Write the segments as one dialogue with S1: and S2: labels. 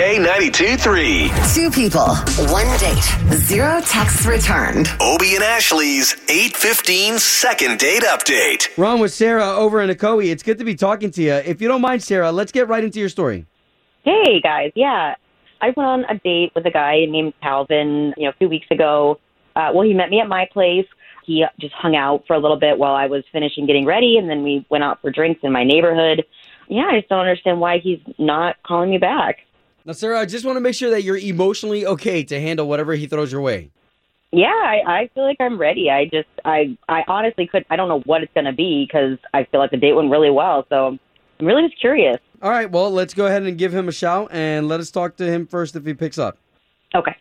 S1: K92 3.
S2: Two people, one date, zero texts returned.
S1: Obie and Ashley's 815 second date update.
S3: Ron with Sarah over in Ocoee. It's good to be talking to you. If you don't mind, Sarah, let's get right into your story.
S4: Hey guys, yeah, I went on a date with a guy named Calvin, you know, a few weeks ago. Uh, well, he met me at my place. He just hung out for a little bit while I was finishing getting ready, and then we went out for drinks in my neighborhood. Yeah, I just don't understand why he's not calling me back.
S3: Now, Sarah, I just want to make sure that you're emotionally okay to handle whatever he throws your way.
S4: Yeah, I, I feel like I'm ready. I just, I, I honestly could, I don't know what it's gonna be because I feel like the date went really well. So I'm really just curious.
S3: All right, well, let's go ahead and give him a shout and let us talk to him first if he picks up.
S4: Okay.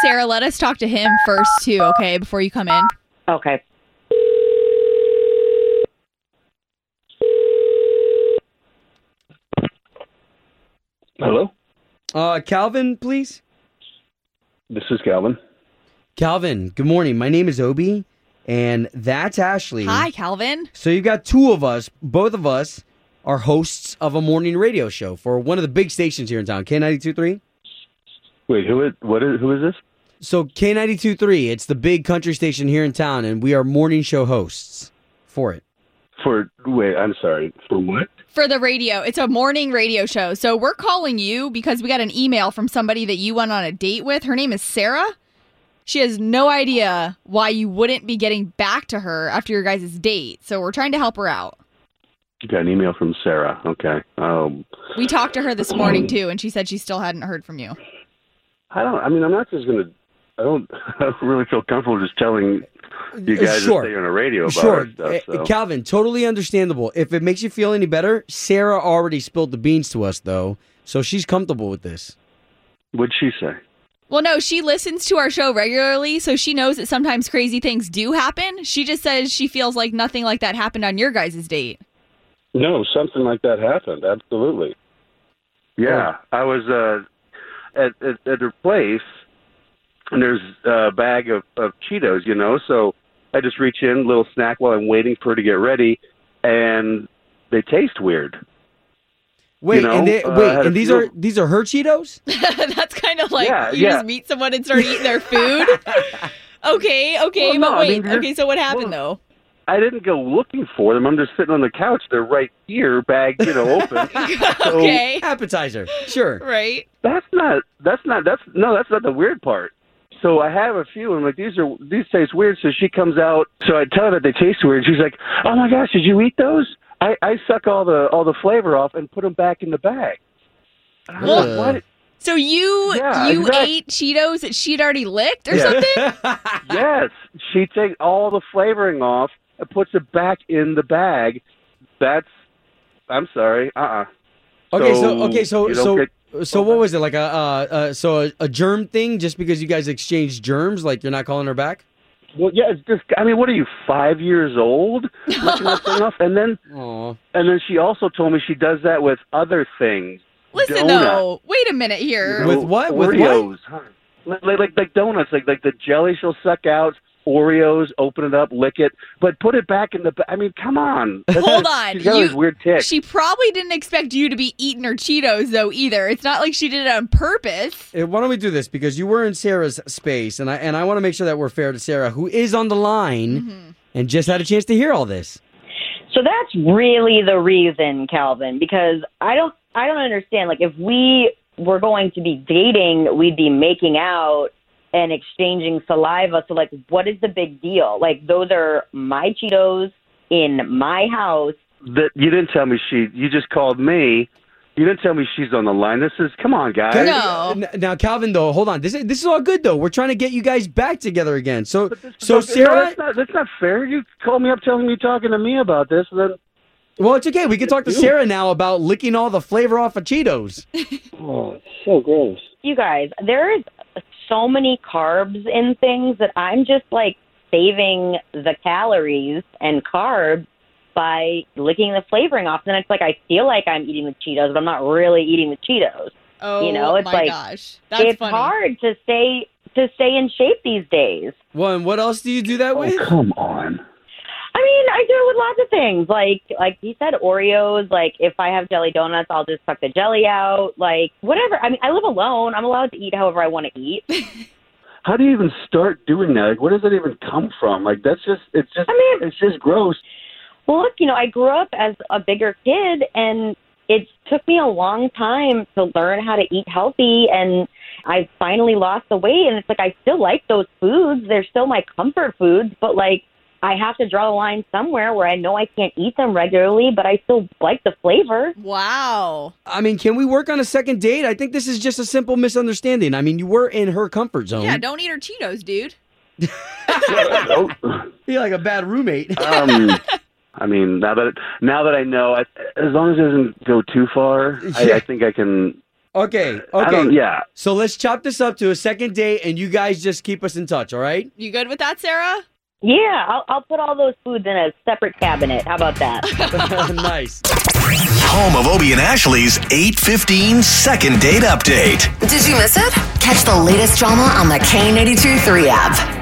S5: Sarah, let us talk to him first, too, okay, before you come in.
S4: Okay.
S6: Hello,
S3: Uh, Calvin, please.
S6: this is Calvin.
S3: Calvin, good morning. My name is Obi, and that's Ashley.
S5: Hi, Calvin.
S3: So you've got two of us. Both of us are hosts of a morning radio show for one of the big stations here in town, K92.3.
S6: Wait, who is what is who is this?
S3: So K92.3, it's the big country station here in town, and we are morning show hosts for it.
S6: For wait, I'm sorry. For what?
S5: For the radio, it's a morning radio show. So we're calling you because we got an email from somebody that you went on a date with. Her name is Sarah. She has no idea why you wouldn't be getting back to her after your guys' date. So we're trying to help her out.
S6: You got an email from Sarah. Okay. Um,
S5: We talked to her this morning, too, and she said she still hadn't heard from you.
S6: I don't. I mean, I'm not just gonna. I don't, I don't really feel comfortable just telling you guys
S3: Uh, Sure.
S6: to stay on the radio about
S3: Sure,
S6: our stuff.
S3: Uh,
S6: So.
S3: Calvin, totally understandable. If it makes you feel any better, Sarah already spilled the beans to us, though, so she's comfortable with this.
S6: What'd she say?
S5: Well, no, she listens to our show regularly, so she knows that sometimes crazy things do happen. She just says she feels like nothing like that happened on your guys' date.
S6: No, something like that happened. Absolutely. Yeah, I was uh, at, at at her place, and there's a bag of of Cheetos, you know. So I just reach in, little snack while I'm waiting for her to get ready, and they taste weird.
S3: Wait,
S6: know,
S3: and they,
S6: uh, I had
S3: wait,
S6: a
S3: and these
S6: few-
S3: are these are her Cheetos?
S5: That's kind of like
S6: Yeah,
S5: you
S6: yeah.
S5: just meet someone and start eating their food. okay, okay,
S6: Well, no,
S5: but
S6: I
S5: wait.
S6: mean, they're-
S5: okay, so what happened though?
S6: I didn't go looking for them. I'm just sitting on the couch. They're right here, bag, you know, open. So
S5: okay,
S3: Appetizer, sure.
S5: right.
S6: that's not that's not that's no that's not the weird part so i have a few and like these are these taste weird so she comes out so i tell her that they taste weird she's like oh my gosh did you eat those i i suck all the all the flavor off and put them back in the bag And I'm like,
S3: Ugh.
S6: what?
S5: So you
S6: Yeah,
S5: you
S6: exact-
S5: ate Cheetos that she'd already licked or
S6: Yeah.
S5: something?
S6: yes she takes all the flavoring off and puts it back in the bag that's i'm sorry uh-uh
S3: Okay, so okay, so
S6: you don't
S3: so
S6: get-
S3: so what was it like a uh, uh so a, a germ thing just because you guys exchanged germs like you're not calling her back?
S6: well yeah it's just i mean what are you five years old looking that thing off and then
S3: Aw.
S6: And then she also told me she does that with other things.
S5: Listen
S6: Donut.
S5: though, wait a minute here.
S3: With what? With what?
S6: Oreos. Like, like like donuts, like like the jelly she'll suck out, Oreos, open it up, lick it, but put it back in the. ba- I mean, come on.
S5: Hold on,
S6: She's got
S5: you-
S6: these weird ticks.
S5: She probably didn't expect you to be eating her Cheetos though either. It's not like she did it on purpose.
S3: Eh, Why don't we do this because you were in Sarah's space and I and I want to make sure that we're fair to Sarah who is on the line
S5: Mm-hmm.
S3: and just had a chance to hear all this.
S4: So that's really the reason, Calvin, because I don't I don't understand. Like if we were going to be dating, we'd be making out and exchanging saliva. So like what is the big deal? Like those are my Cheetos in my house.
S6: that you didn't tell me she. You just called me. You didn't tell me she's on the line. This is come on, guys.
S5: No.
S3: N- Now Calvin though, hold on. This is this is all good though. We're trying to get you guys back together again. So so
S6: No,
S3: Sarah
S6: that's not, that's not fair. You called me up telling me you're talking to me about this, and then
S3: Well, it's okay. We can talk to Sarah now about licking all the flavor off of Cheetos.
S6: oh, it's so gross.
S4: You guys, there is so many carbs in things that I'm just like saving the calories and carbs by licking the flavoring off. Then it's like I feel like I'm eating the Cheetos, but I'm not really eating the Cheetos.
S5: Oh
S4: know, it's
S5: my
S4: like-
S5: gosh. That's
S4: it's
S5: funny.
S4: hard to stay to stay in shape these days.
S3: Oh, Well, and what else do you do that with?
S6: Oh, come on.
S4: I mean, I do it with lots of things. Like like you said, Oreos. Like if I have jelly donuts, I'll just suck the jelly out. Like whatever. I mean, I live alone. I'm allowed to eat however I want to eat.
S6: How do you even start doing that? Like, where does that even come from? Like, that's just it's just
S4: I mean-
S6: it's just gross.
S4: Well, look, you know, I grew up as a bigger kid, and it took me a long time to learn how to eat healthy. And I finally lost the weight, and it's like I still like those foods. They're still my comfort foods, but like I have to draw a line somewhere where I know I can't eat them regularly, but I still like the flavor.
S5: Wow.
S3: I mean, can we work on a second date? I think this is just a simple misunderstanding. I mean, you were in her comfort zone.
S5: Yeah, don't eat her Cheetos, dude.
S6: Oh,
S3: Be like a bad roommate.
S6: um, I mean, now that now that I know, I, as long as it doesn't go too far, I, I think I can.
S3: Okay,
S6: I
S3: okay.
S6: don't, yeah,
S3: So let's chop this up to a second date, and you guys just keep us in touch. All right?
S5: You good with that, Sarah?
S4: Yeah, I'll, I'll put all those foods in a separate cabinet. How about that?
S3: nice.
S1: Home of Obie and Ashley's 815 second date update.
S2: Did you miss it? Catch the latest drama on the K82 3 app.